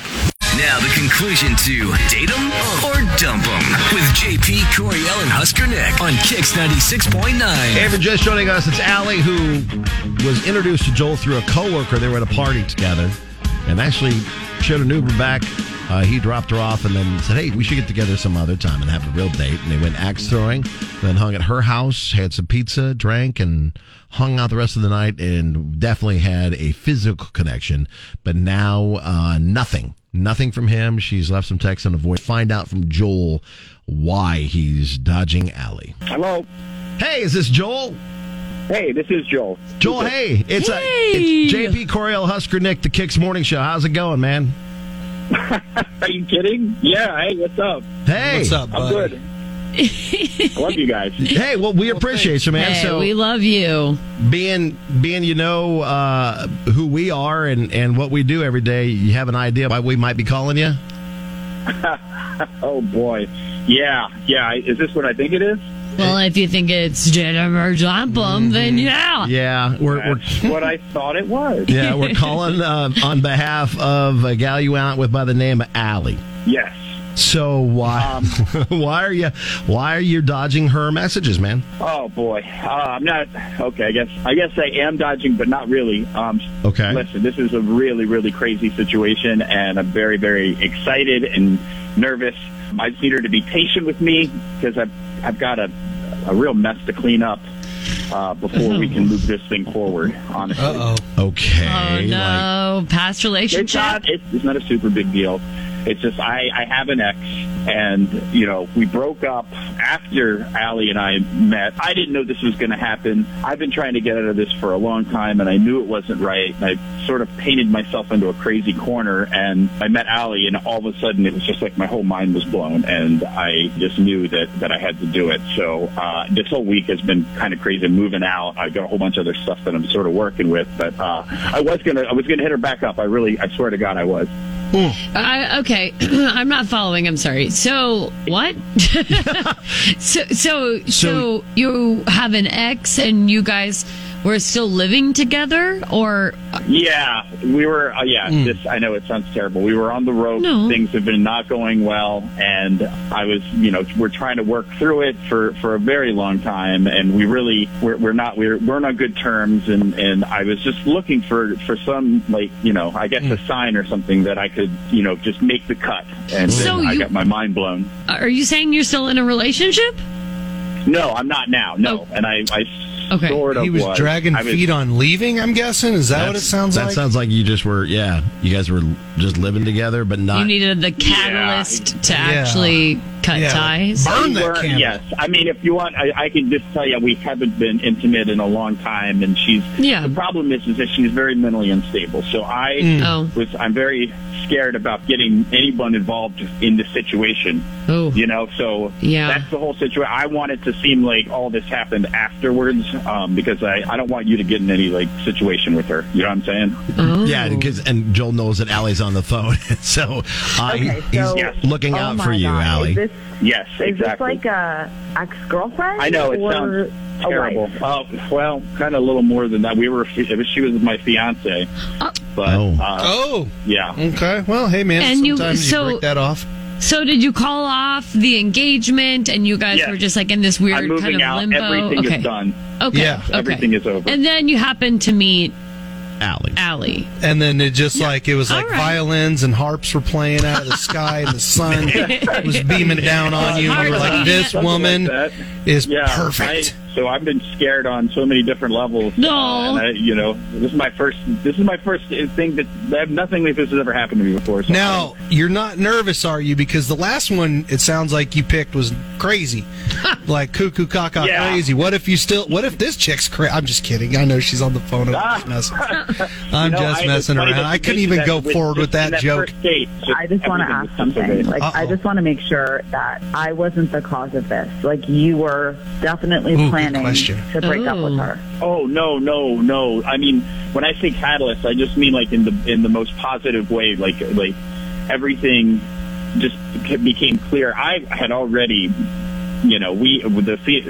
Now the conclusion to Datum or Dumpum with JP Coriel and Husker Nick on Kix 96.9. Hey, for just joining us, it's Allie who was introduced to Joel through a coworker. They were at a party together, and actually showed an Uber back. Uh, he dropped her off and then said, "Hey, we should get together some other time and have a real date." And they went axe throwing, then hung at her house, had some pizza, drank, and hung out the rest of the night, and definitely had a physical connection. But now, uh, nothing, nothing from him. She's left some text and a voice. Find out from Joel why he's dodging Allie. Hello. Hey, is this Joel? Hey, this is Joel. Joel, hey, it's, uh it's JP Coriel Husker Nick, the Kicks Morning Show. How's it going, man? Are you kidding? Yeah. Hey, what's up? Hey, What's up, I'm good. I love you guys. Hey, well, we appreciate you, man. Hey, so we love you. being being you know uh, who we are and and what we do every day, you have an idea why we might be calling you. oh boy. Yeah. Yeah. I- Is this what I think it is? Well, if you think it's Jennifer or John Plum, then Mm-hmm. yeah. Yeah, we're, we're That's what I thought it was. yeah we're calling uh, on behalf of a gal you went out with by the name of Allie. Yes. Um, So why why are you why are you dodging her messages, man? Oh boy, uh, I'm not okay. I guess I guess I am dodging, but not really. Um, Okay. Listen, this is a really really crazy situation, and I'm very very excited and nervous. I just need her to be patient with me because I've I've got a a real mess to clean up uh, before we can move this thing forward. Honestly. Uh oh. Okay. Oh no, past It's relationship. not. It's, it's not a super big deal. It's just I, I have an ex, and you know we broke up after Allie and I met. I didn't know this was going to happen. I've been trying to get out of this for a long time, and I knew it wasn't right. And I sort of painted myself into a crazy corner, and I met Allie, and all of a sudden it was just like my whole mind was blown, and I just knew that that I had to do it. So uh, this whole week has been kind of crazy. Moving out, I got a whole bunch of other stuff that I'm sort of working with, but uh, I was gonna I was gonna hit her back up. I really I swear to God I was. I, okay, I'm not following. I'm sorry. So what? so, so so you have an ex, and you guys were still living together, or Yeah, we were. Uh, yeah, Hmm. this I know it sounds terrible. We were on the road. No. Things have been not going well, and I was, you know, we're trying to work through it for for a very long time, and we really we're, we're not we're we're not on good terms, and and I was just looking for for some like you know I Hmm. guess a sign or something that I could you know just make the cut, and So then I you- got my mind blown. are you saying you're still in a relationship? No, I'm not now. No, and I I sort of Oh. He was dragging I was- feet on leaving. I'm guessing. Is that what it That's- sounds that like? sounds like you just were yeah, you guys were just living together but not you needed the catalyst to actually cut ties. We were- Yes, I mean, if you want, I, I can just tell you we haven't been intimate in a long time, and she's. Yeah. The problem is, is that she's very mentally unstable. So I Mm. Oh. was, I'm very scared about getting anyone involved in this situation. Oh. You know, so Yeah. that's the whole situation. I want it to seem like all this happened afterwards, um, because I, I don't want you to get in any like situation with her. You know what I'm saying? Yeah, because and Joel knows that Allie's on the phone, so uh, he- Okay, he's so- looking Oh out my for you, God, is Allie. this- Yes, Is this exactly. like a ex girlfriend? I know it or sounds a terrible. wife? Uh, well, kind of a little more than that. We were she was my fiance, but oh, uh, oh. yeah. Okay. Well, hey man. And you- sometimes so- break that off. So did you call off the engagement, and you guys Yes. were just like in this weird I'm kind moving of out. limbo? Everything okay. is done. Okay. okay. everything is over. And then you happen to meet Allie. Allie. And then it just like it was like All right. violins and harps were playing out of the sky, and the sun was beaming down on you. And you were like, "This Something woman like that. is Yeah, perfect." I- so I've been scared on so many different levels. uh, No. and I, you know, this is my first. This is my first thing that I have nothing like this has ever happened to me before. So Now you're not nervous, are you? Because the last one, it sounds like you picked was crazy, like cuckoo caca Yeah. crazy. What if you still? What if this chick's crazy? I'm just kidding. I know she's on the phone. I'm just messing, I'm You know, just messing I- it's around. funny that I couldn't you even mentioned go that with- forward with just in that, joke. first date, just I just want to everything was ask just so something. bad. Like, I just want to make sure that I wasn't the cause of this. Like, you were definitely planning to break up with her. Oh no, no, no! I mean, when I say catalyst, I just mean like in the in the most positive way. Like like everything just ca- became clear. I had already, you know, we the fe-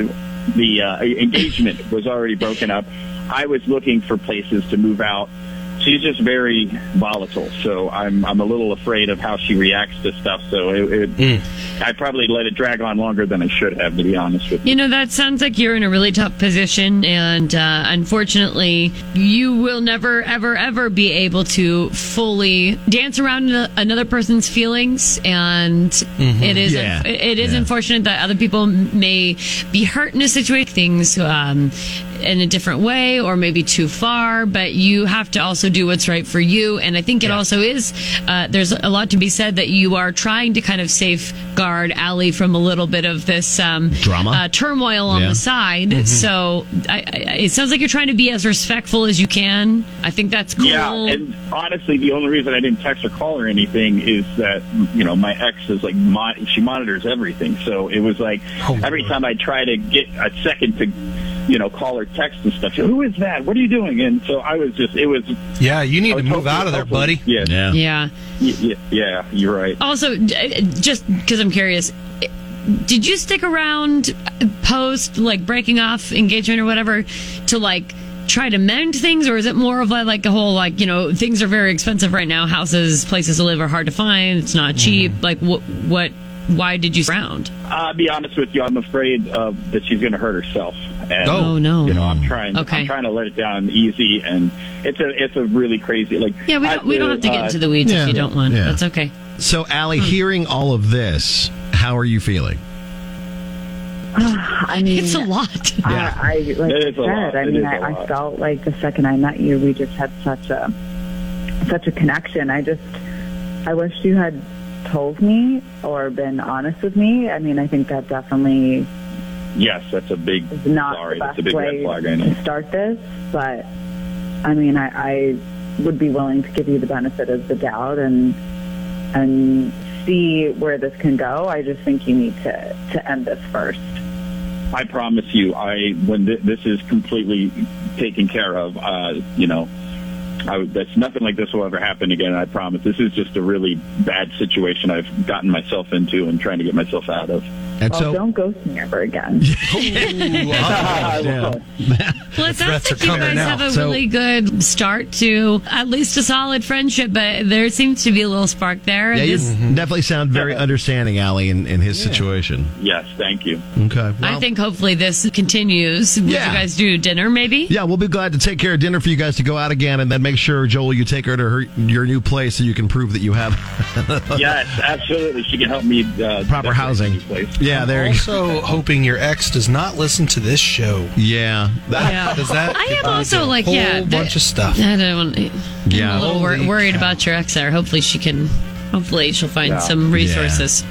the uh, engagement was already broken up. I was looking for places to move out. She's just very volatile, so I'm I'm a little afraid of how she reacts to stuff. So it, it I probably let it drag on longer than I should have, to be honest with you. You know, that sounds like you're in a really tough position, and uh, unfortunately, you will never, ever, ever be able to fully dance around an- another person's feelings. And it is, Yeah. it is unfortunate that other people may be hurt in a situation, things um, in a different way, or maybe too far. But you have to also do what's right for you. And I think it also is uh, there's a lot to be said that you are trying to kind of safeguard Allie from a little bit of this um, Drama? uh, turmoil on Yeah. the side. Mhm. So I, I, it sounds like you're trying to be as respectful as you can. I think that's cool. Yeah, Mm-hmm. and honestly, the only reason I didn't text or call or anything is that you know my ex is like mon- she monitors everything, so it was like Oh, every time I try to get a second to you know call or text and stuff, she'll, who is that? What are you doing? And so I was just it was Yeah, you need to move out of there, buddy. Yeah, yeah, yeah. yeah, yeah you're right. Also, d- uh, just because I'm curious, did you stick around uh, post like breaking off engagement or whatever to like try to mend things, or is it more of a, like a whole like you know Mm-hmm. things are very expensive right now, houses, places to live are hard to find, it's not cheap. Like what what why did you round? I'll be honest with you. I'm afraid of, that she's going to hurt herself. And, Oh, no. You know, I'm trying. Okay. I'm trying to let it down easy, and it's a it's a really crazy like. uh, Yeah, we don't, we don't have to get into the weeds if you don't want. uh, yeah. That's okay. So, Allie, Hmm. hearing all of this, how are you feeling? I mean, it's a lot. I, I like It I is said. a lot. I It mean, is a I, I lot. felt like the second I met you, we just had such a such a connection. I just, I wish you had told me or been honest with me. I mean, I think that definitely Yes, that's a big. is not sorry, the that's best a big way red flag. I know. to start this, but I mean, I, I would be willing to give you the benefit of the doubt and and see where this can go. I just think you need to to end this first. I promise you, I when th- this is completely taken care of, uh, you know, I, would- that's nothing like this will ever happen again. I promise. This is just a really bad situation I've gotten myself into and trying to get myself out of. And well, Oh, don't ghost me ever again. Well, it sounds threats like are you guys coming now. have a So- really good start to at least a solid friendship, but there seems to be a little spark there. Yeah, And you this- definitely sound very understanding, Allie, in, in his situation. Yes, thank you. Okay. I think hopefully this continues. Would you guys do dinner maybe? Yeah, we'll be glad to take care of dinner for you guys to go out again, and then make sure Joel, you take her to her your new place so you can prove that you have. yes, absolutely. She can help me uh, proper housing. Place. Yeah, there. you go. Also, hoping your ex does not listen to this show. Yeah, Yeah. does that? I am could also cause a like, whole yeah, the- bunch of stuff. I don't. I'm Yeah. a little wor- Holy worried about your ex there. Hopefully she can. Hopefully she'll find Yeah. some Yeah. resources.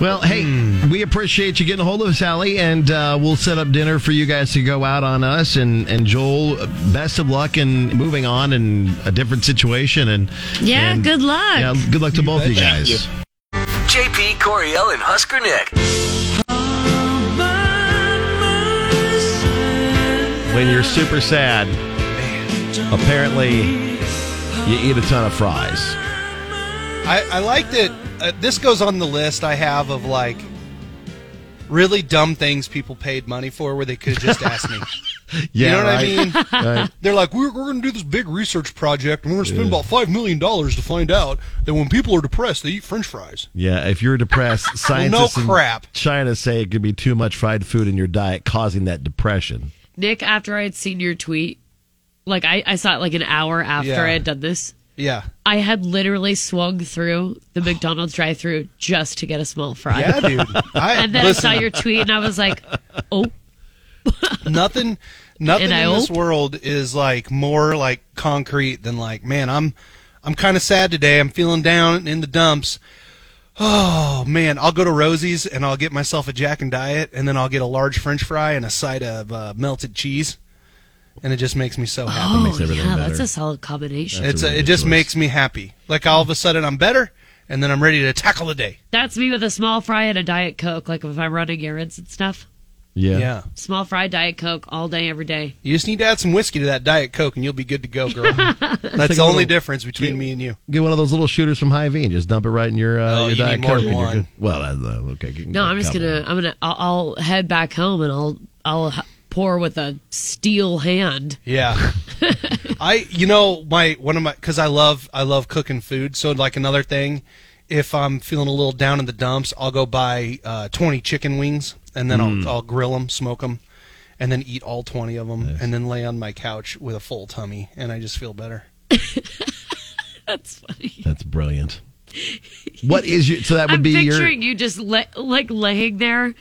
Well, hey, we appreciate you getting a hold of us, Allie, and uh, we'll set up dinner for you guys to go out on us. And, and Joel, best of luck in moving on in a different situation. And Yeah, and- good luck. Yeah, good luck to both of you betcha. guys. JP Coriel and Husker Nick. When you're super sad, apparently you eat a ton of fries. I, I like that. Uh, this goes on the list I have of like really dumb things people paid money for where they could have just asked me. Yeah, you know right. what I mean? Right. They're like, we're, we're going to do this big research project and we're going to spend about $5 million to find out that when people are depressed, they eat french fries. Yeah, if you're depressed, Well, no scientists crap. in China say it could be too much fried food in your diet, causing that depression. Nick, after I had seen your tweet, like I, I saw it like an hour after Yeah. I had done this. Yeah. I had literally swung through the McDonald's drive-through just to get a small fry. Yeah, dude. I- and then listen. I saw your tweet, and I was like, "Oh, nothing nothing And I in this hope- world is like more like concrete than like man i'm i'm kind of sad today i'm feeling down in the dumps oh man i'll go to rosie's and i'll get myself a jack and diet and then i'll get a large french fry and a side of uh, melted cheese and it just makes me so happy oh, yeah, that's a solid combination." it's a, it just makes me happy like all of a sudden i'm better and then i'm ready to tackle the day That's me with a small fry and a diet coke. Like if I'm running errands and stuff, yeah yeah small fry, diet coke, all day, every day. you just need to add some whiskey to that diet coke and you'll be good to go girl Take that's a the only little- difference between me and you Get one of those little shooters from High V and just dump it right in your uh, Oh, your you diet need more coke. than and you're one. good. Well, uh, okay. you can No, get a I'm just couple. gonna, I'm gonna, I'll, I'll head back home and I'll, I'll h- pour with a steel hand. Yeah. I you know my one of my cuz I love I love cooking food. So like another thing, if I'm feeling a little down in the dumps, I'll go buy uh, 20 chicken wings and then Mm. I'll I'll grill them, smoke them, and then eat all 20 of them and then lay on my couch with a full tummy and I just feel better. That's funny. That's brilliant. What is your? So that would I'm be your. picturing you just la- like laying there,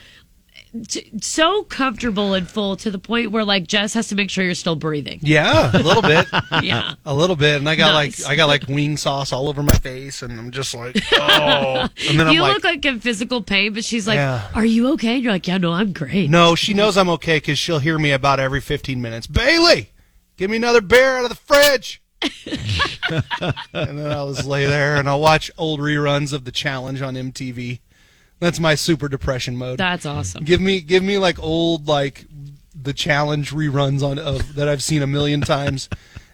t- so comfortable and full to the point where like Jess has to make sure you're still breathing. Yeah, a little bit. Yeah. A little bit. And I got Nice. like I got like wing sauce all over my face and I'm just like, "Oh." And then I'm you like look like in physical pain, but she's like, Yeah. "Are you okay?" And you're like, "Yeah, no, I'm great." No, she knows I'm okay because she'll hear me about every 15 minutes. Bailey, give me another beer out of the fridge. and then I'll just lay there and I'll watch old reruns of the challenge on MTV. That's my super depression mode. That's awesome. Give me, give me like old like the challenge reruns on of that I've seen a million times,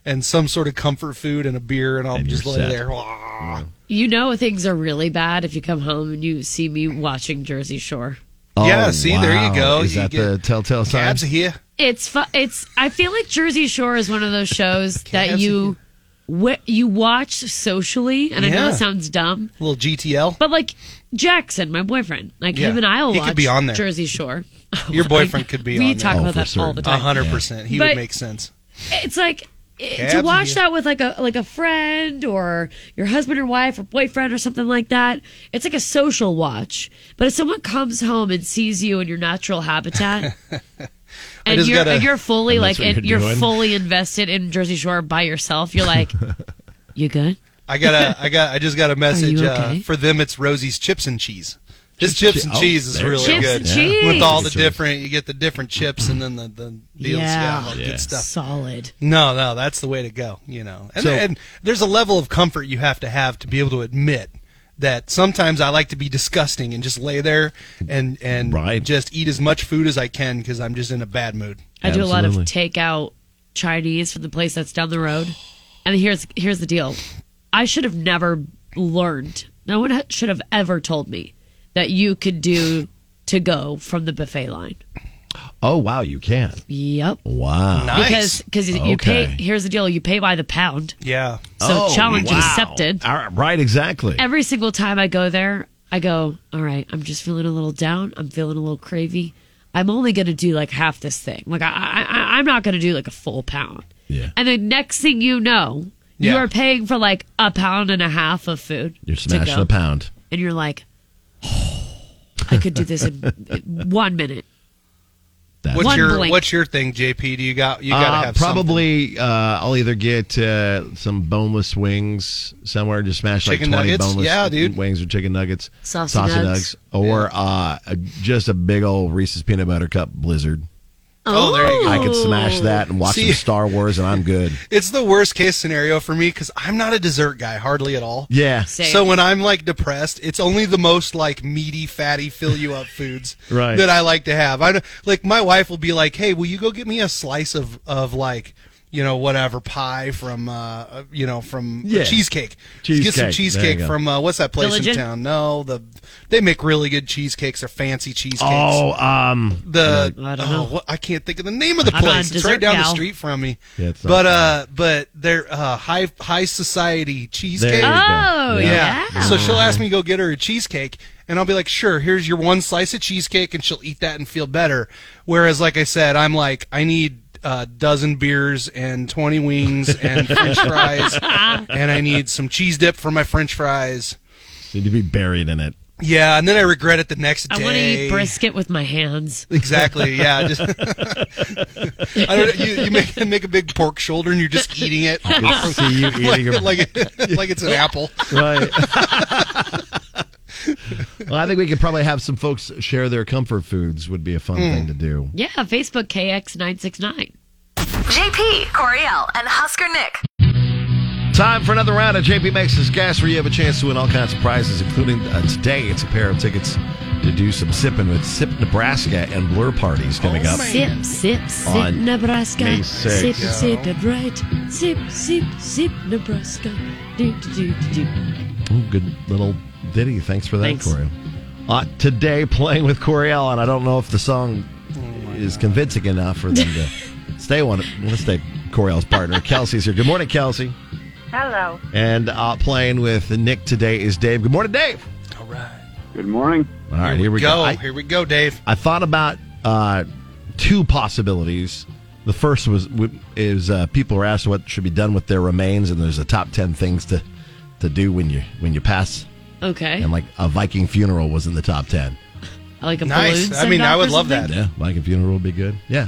and some sort of comfort food and a beer, and I'll just you're lay set. there. You know things are really bad if you come home and you see me watching Jersey Shore. Oh, yeah, see, there you wow. go. Is You that get- the telltale sign? Cabs are here. It's fu- it's. I feel like Jersey Shore is one of those shows that you wh- you watch socially, and I know Yeah. it sounds dumb, Little GTL. But like Jackson, my boyfriend. Like Yeah. him and I will He watch could be on there. Jersey Shore. Your boyfriend could be we on talk there. Uh-huh. about that all the time. hundred percent. He But- would make sense. It's like eh, Cabs to and watch you. that with like a like a friend or your husband or wife or boyfriend or something like that. It's like a social watch. But if someone comes home and sees you in your natural habitat and just you're gotta- and you're fully And like that's what in, you're you're, doing. fully invested in Jersey Shore by yourself, you're like, you good? I got a, I got, I just got a message you uh, okay? for them. It's Rosie's chips and cheese. His chips and Oh, cheese is there really you go. good Chips and Yeah. cheese. with all the Good choice. different. You get the different chips and then the the deals. Yeah, all good stuff. Solid. No, no, that's the way to go. You know, and, So- and there's a level of comfort you have to have to be able to admit that sometimes I like to be disgusting and just lay there and and just eat as much food as I can because I'm just in a bad mood. I do a lot of takeout Chinese from the place that's down the road. And here's here's the deal. I should have never learned. No one ha- should have ever told me that you could do to go from the buffet line. Oh wow, you can. Yep. Wow. Because because you you pay here's the deal, you pay by the pound. Yeah. So Oh, Oh, challenge accepted. All right, right, exactly. Every single time I go there, I go, "All right, I'm just feeling a little down. I'm feeling a little cravey. I'm only going to do like half this thing. Like I, I I- I'm not going to do like a full pound." Yeah. And the next thing you know, you Yeah. are paying for like a pound and a half of food. You're to smashing go. a pound. And you're like, "I could do this in one minute." What's One your blink. What's your thing, JP? Do you got you got to Uh, have something. probably. Uh, I'll either get uh, some boneless wings somewhere, just smash Chicken like twenty nuggets? boneless Yeah, dude. wings or chicken nuggets, Saucy sausage nugs. or uh, a- just a big old Reese's peanut butter cup blizzard. Oh, there you go. I could smash that and watch See- some Star Wars, and I'm good. It's the worst case scenario for me because I'm not a dessert guy hardly at all. Yeah. Same. So when I'm like depressed, it's only the most like meaty, fatty, fill you up foods Right. that I like to have. I don't- like my wife will be like, "Hey, will you go get me a slice of of like." You know, whatever pie from, uh, you know, from Yeah. cheesecake. Get some Cheesecake. There you cheesecake go. from uh, what's that place Diligent? in town? No, the they make really good cheesecakes. They're fancy cheesecakes. Oh, um, the I don't oh, know. what- I can't think of the name of the I'm not a place. It's dessert right down the gal. street from me. Yeah, it's not but uh, but they're uh, high high society There cheesecake. you go. Oh, yeah. yeah. So she'll ask me to go get her a cheesecake, and I'll be like, "Sure, here's your one slice of cheesecake," and she'll eat that and feel better. Whereas, like I said, I'm like, I need a dozen beers and 20 wings and French fries, and I need some cheese dip for my French fries. Need to be buried in it. Yeah, and then I regret it the next day. I want to eat brisket with my hands. Exactly. Yeah. Just, I don't know, you, you make make a big pork shoulder and you're just eating it. I can see you eating a- like, like like it's an apple. Right. Well, I think we could probably have some folks share their comfort foods. Would be a Hmm. fun Mm. thing to do. Yeah, Facebook KX969. JP, Coriel, and Husker Nick. Time for another round of JP Makes His Gas, where you have a chance to win all kinds of prizes, including uh, today it's a pair of tickets to do some sipping with Sip Nebraska and Blur parties Oh, coming up. Sip, sip, sip, On Nebraska. May Sip, 6th. sip, it right. Sip, sip, sip, Nebraska. Do, do, do, do, do. Ooh, good little ditty. Thanks for that, Thanks. Corey. Uh, today, playing with Coriel, and I don't know if the song is convincing enough for them to stay one. Let's take Coriel's partner, Kelsey's here. Good morning, Kelsey. Hello. And uh, playing with Nick today is Dave. Good morning, Dave. All right. Good morning. All right, here, we go. I- Here we go, Dave. I thought about uh, two possibilities. The first was is uh, people are asked what should be done with their remains, and there's a top ten things to to do when you when you pass. Okay. And like a Viking funeral was in the top ten. I like a Nice. balloon I mean, send-off I or would love something? that. Yeah, Viking funeral would be good. Yeah,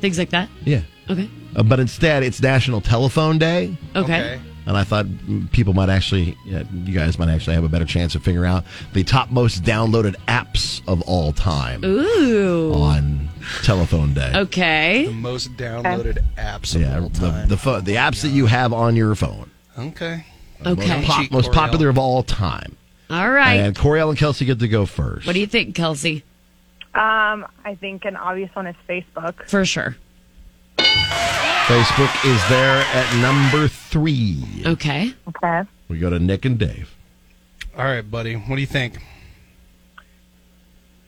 Things like that. yeah. Okay. Uh, but instead, it's National Telephone Day. Okay. And I thought mm, people might actually, yeah, you guys might actually have a better chance of figuring out the top most downloaded apps of all time Ooh. on Telephone Day. Okay. The most downloaded apps of Yeah, all the, time. the, pho- the apps that you have on your phone. okay. Most, pop- most popular of all time. All right. And Coriel and Kelsey get to go first. What do you think, Kelsey? Um, I think an obvious one is Facebook. For sure. Facebook is there at number three. Okay. Okay. We go to Nick and Dave. All right, buddy. What do you think?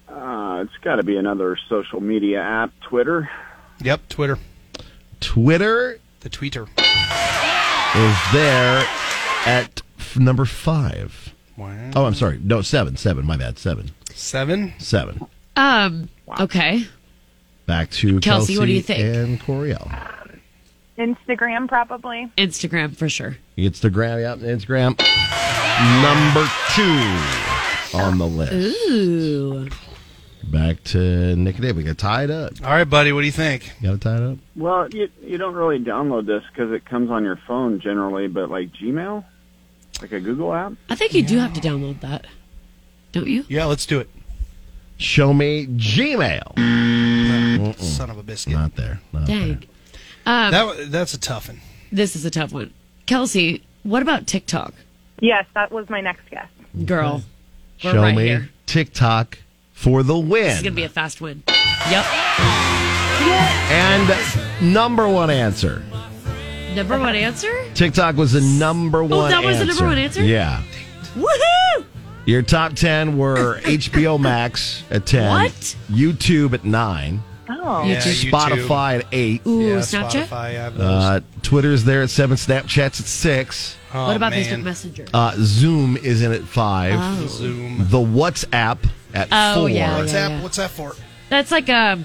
Uh, it's got to be another social media app, Twitter. Yep, Twitter. Twitter The tweeter. is there at f- number five. Wow. Oh, I'm sorry. No, seven, seven. My bad. Seven. Seven? Seven. Um. Okay. Back to Kelsey. Kelsey, what do you think? And Coriel. Instagram, probably. Instagram for sure. Instagram. Yep. Instagram. Number two on the list. Ooh. Back to Nick and Dave. We got tied up. All right, buddy. What do you think? Got it tied up. Well, you you don't really download this because it comes on your phone generally, but like Gmail, like a Google app. I think you do have to download that, don't you? Yeah, let's do it. Show me Gmail. Mm-mm. Son of a biscuit. Not there. Not Dang. Um, that wa- that's a tough one. This is a tough one. Kelsey, what about TikTok? Yes, that was my next guess. Girl, we're there. Show right me here. TikTok for the This is win. going to be a fast win. Yep. and number one answer. Number one answer? TikTok was the number one. Oh, that was the number one answer? Yeah. Woohoo! Your top 10 were HBO Max at 10. What? YouTube at 9. Oh. Yeah, YouTube. Spotify at 8. Ooh, yeah, Snapchat? Spotify, I have those. Uh, Twitter's there at 7. Snapchat's at 6. Oh, what about man. Facebook Messenger? Uh, Zoom is in at 5. Oh. Zoom. The WhatsApp at Oh, 4. yeah, What's yeah. that? What's that for? That's like a,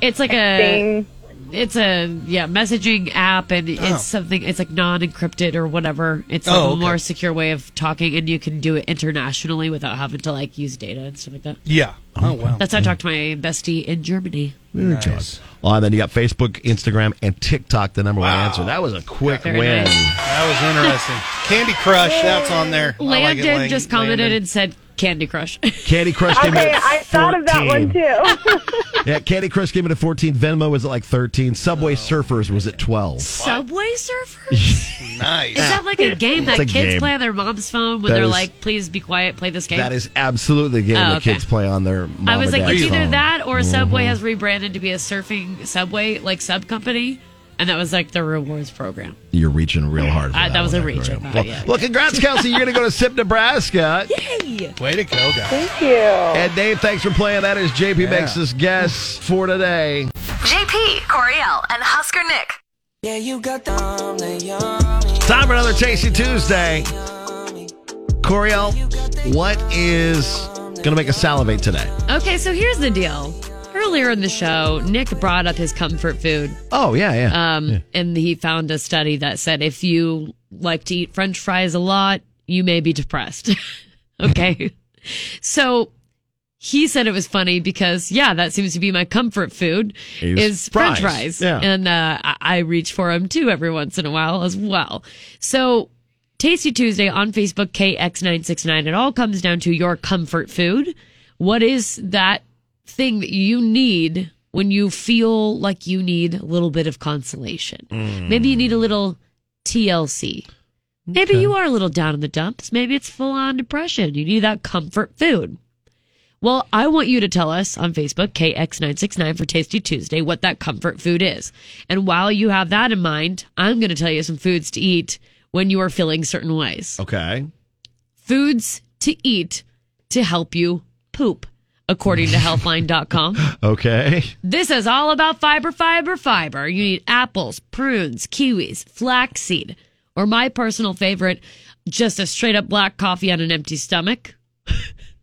it's like a, Texting. it's a yeah messaging app, and Oh. it's something. It's like non-encrypted or whatever. It's like Oh, a okay. more secure way of talking, and you can do it internationally without having to like use data and stuff like that. Yeah. Oh wow. That's how I talked to my bestie in Germany. Very Nice. good. Oh, and then you got Facebook, Instagram, and TikTok, the number one answer. That was a quick Very win. nice. That was interesting. Candy Crush, that's on there. I like it, Landon Lang- just commented Landon. and said Candy Crush. Candy Crush came in Okay, at I thought of that 14. one too. Yeah, Candy Crush came in at 14. Venmo was at like 13. Subway Surfers was at 12. Subway Surfers. nice. Is that like a game that a kids game. play on their mom's phone when That they're is- like, "Please be quiet, play this game"? That is absolutely the game Oh, that okay. kids play on their mom I was and like, it's dad's Mm-hmm. either phone. that or Subway has rebranded to be a surfing Subway like sub company, and that was like the rewards program. You're reaching real hard. For Uh, that, that was one, a reach, I Graham. thought, Well, yeah. well, congrats, Kelsey. You're going to go to SIP Nebraska. Way to go, guys. Thank you. And Dave, thanks for playing. That is JP Yeah. makes this guess for today. JP, Coriel, and Husker Nick. Time for another Tasty Tuesday. Coriel, what is going to make us salivate today? Okay, so here's the deal. Earlier in the show, Nick brought up his comfort food, Oh yeah, yeah. um, and he found a study that said if you like to eat French fries a lot, you may be depressed. okay, so he said it was funny because yeah, that seems to be my comfort food Is is, French fries. fries, Yeah. and uh, I-, I reach for them too every once in a while as well. So Tasty Tuesday on Facebook, KX969. It all comes down to your comfort food. What is that thing that you need when you feel like you need a little bit of consolation? Maybe you need a little TLC. Maybe you are a little down in the dumps. Maybe it's full on depression. You need that comfort food. Well, I want you to tell us on Facebook, KX969 for Tasty Tuesday, what that comfort food is. And while you have that in mind, I'm going to tell you some foods to eat when you are feeling certain ways okay. foods to eat to help you poop, according to healthline.com. Okay. This is all about fiber, fiber, fiber. You need apples, prunes, kiwis, flaxseed, or my personal favorite, just a straight up black coffee on an empty stomach,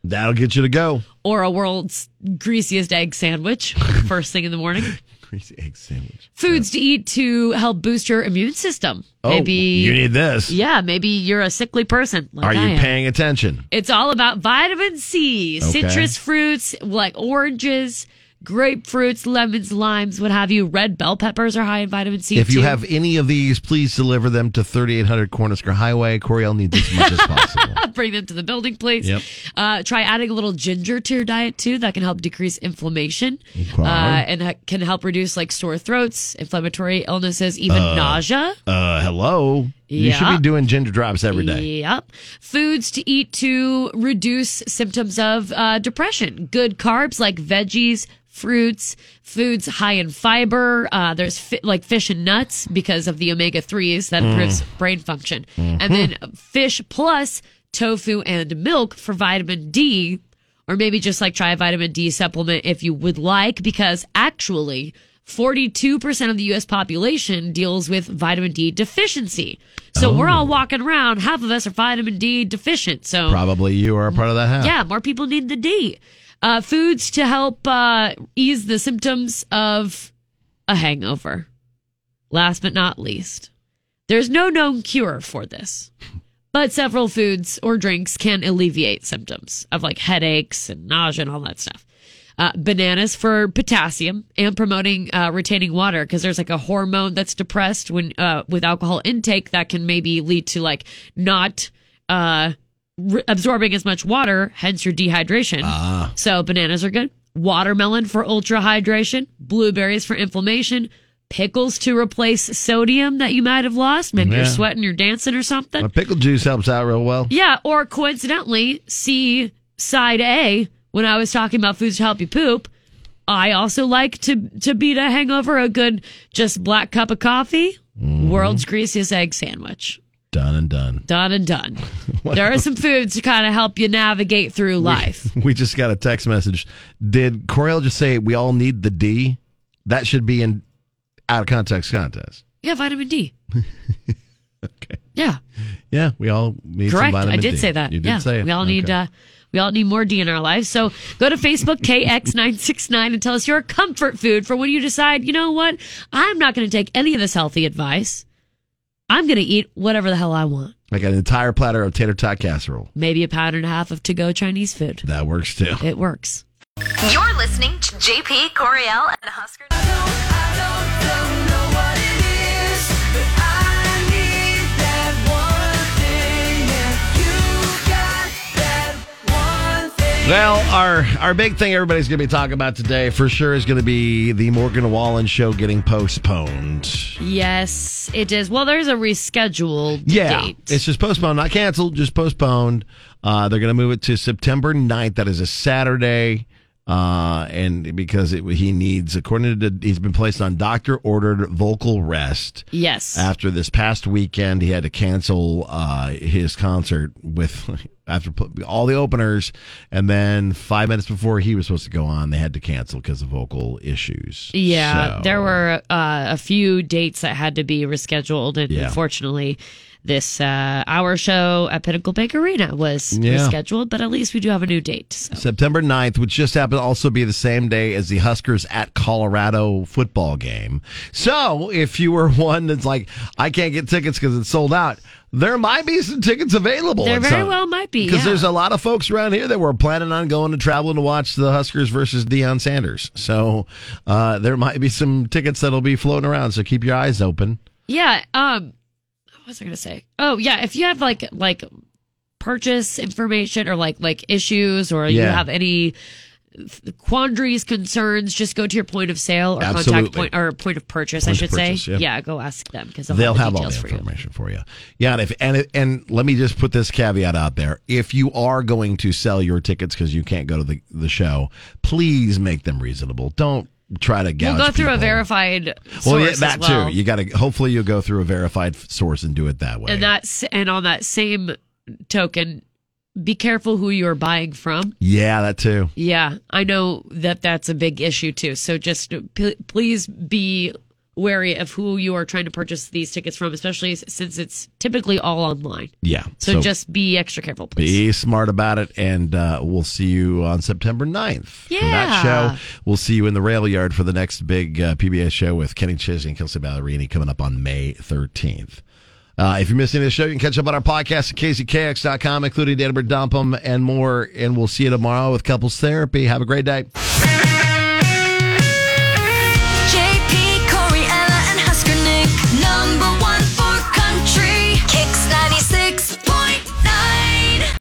That'll get you to go. or a world's greasiest egg sandwich first thing in the morning. Greasy egg sandwich. Foods to eat to help boost your immune system. maybe, Oh, you need this. yeah, maybe you're a sickly person. Like Are I you am. paying attention? It's all about vitamin C, Okay. citrus fruits like oranges, grapefruits, lemons, limes, what have you. Red bell peppers are high in vitamin C. If you too. have any of these, please deliver them to 3800 Cornhusker Highway. Coriel needs as much as possible. bring them to the building, please. Yep. Uh, try adding a little ginger to your diet too. That can help decrease inflammation Okay. uh, and ha- can help reduce like sore throats, inflammatory illnesses, even nausea. Uh, hello. You should Yeah. be doing ginger drops every day. Yep. Foods to eat to reduce symptoms of uh, depression. Good carbs like veggies, fruits, foods high in fiber. Uh, there's fi- like fish and nuts because of the omega 3s Mm. that improves brain function. Mm-hmm. And then fish plus tofu and milk for vitamin D. Or maybe just like try a vitamin D supplement if you would like, because actually, 42% of the US population deals with vitamin D deficiency. So we're all walking around, half of us are vitamin D deficient. So Probably you are a part of that half. yeah, more people need the D. Uh, foods to help uh, ease the symptoms of a hangover. Last but not least, there's no known cure for this, but several foods or drinks can alleviate symptoms of like headaches and nausea and all that stuff. Uh, bananas for potassium and promoting uh, retaining water because there's like a hormone that's depressed when uh, with alcohol intake that can maybe lead to like not uh, re- absorbing as much water, hence your dehydration. Ah. So bananas are good. Watermelon for ultra hydration. Blueberries for inflammation. Pickles to replace sodium that you might have lost. Maybe you're Yeah. sweating, you're dancing, or something. Well, pickle juice helps out real well. Yeah, or coincidentally, see side A when I was talking about foods to help you poop. I also like to to beat a hangover a good just black cup of coffee, world's greasiest egg sandwich. Done and done. Done and done. there are some foods to kind of help you navigate through life. We just got a text message. Did Coriel just say we all need the D? That should be in out of context contest. Yeah, vitamin D. okay. Yeah, Yeah, we all need some correct. vitamin I did D. say that. You did yeah, say it. we all need Okay. uh, we all need more D in our lives. So go to Facebook KX969 and tell us your comfort food for when you decide. You know what? I'm not going to take any of this healthy advice. I'm going to eat whatever the hell I want. like an entire platter of tater tot casserole. Maybe a pound and a half of to go Chinese food. That works too. It works. You're listening to JP Coriel and Husker. Well, our our big thing everybody's going to be talking about today for sure is going to be the Morgan Wallen show getting postponed. Yes, it is. Well, there's a rescheduled Yeah, date. it's just postponed, not canceled, just postponed. Uh, they're going to move it to September 9th. That is a Saturday. Uh, and because it, he needs, according to, he's been placed on doctor ordered vocal rest. Yes. After this past weekend, he had to cancel uh, his concert with after pl- all the openers, and then five minutes before he was supposed to go on, they had to cancel because of vocal issues. Yeah, So- there were uh, a few dates that had to be rescheduled, and Yeah. unfortunately, this uh, our show at Pinnacle Bank Arena was Yeah. rescheduled. But at least we do have a new date. So. September 9th, which just happened to also be the same day as the Huskers at Colorado football game. So if you were one that's like, I can't get tickets because it's sold out, there might be some tickets available. There very well might be, Because yeah. there's a lot of folks around here that were planning on going to travel to watch the Huskers versus Deion Sanders. So uh, there might be some tickets that'll be floating around. So keep your eyes open. Yeah. Um. What was I gonna say? Oh yeah. If you have like like purchase information or like like issues or you Yeah. have any th- quandaries concerns, just go to your point of sale or Absolutely. contact point or point of purchase. Point I of should purchase, say. yeah. Go ask them because They'll have all details the for you. information for you. Yeah, and if and it- and let me just put this caveat out there: if you are going to sell your tickets because you can't go to the the show, please make them reasonable. Don't try to gouge. We'll go through a people. verified. Well, yeah, source that as well. too. You got to. Hopefully, you'll go through a verified f- source and do it that way. And that's and on that same token, be careful who you're buying from. yeah, that too. Yeah, I know that that's a big issue too. So just p- please be wary of who you are trying to purchase these tickets from, especially s- since it's typically all online. Yeah. So, just be extra careful, please. Be smart about it, and uh, we'll see you on September 9th for that Yeah. show. We'll see you in the rail yard for the next big uh, PBS show with Kenny Chesney and Kelsey Ballerini coming up on May 13th. Uh, if you missed any of the show, you can catch up on our podcast at kzkx.com, including Danber Dumpum and more. And we'll see you tomorrow with Couples Therapy. Have a great day.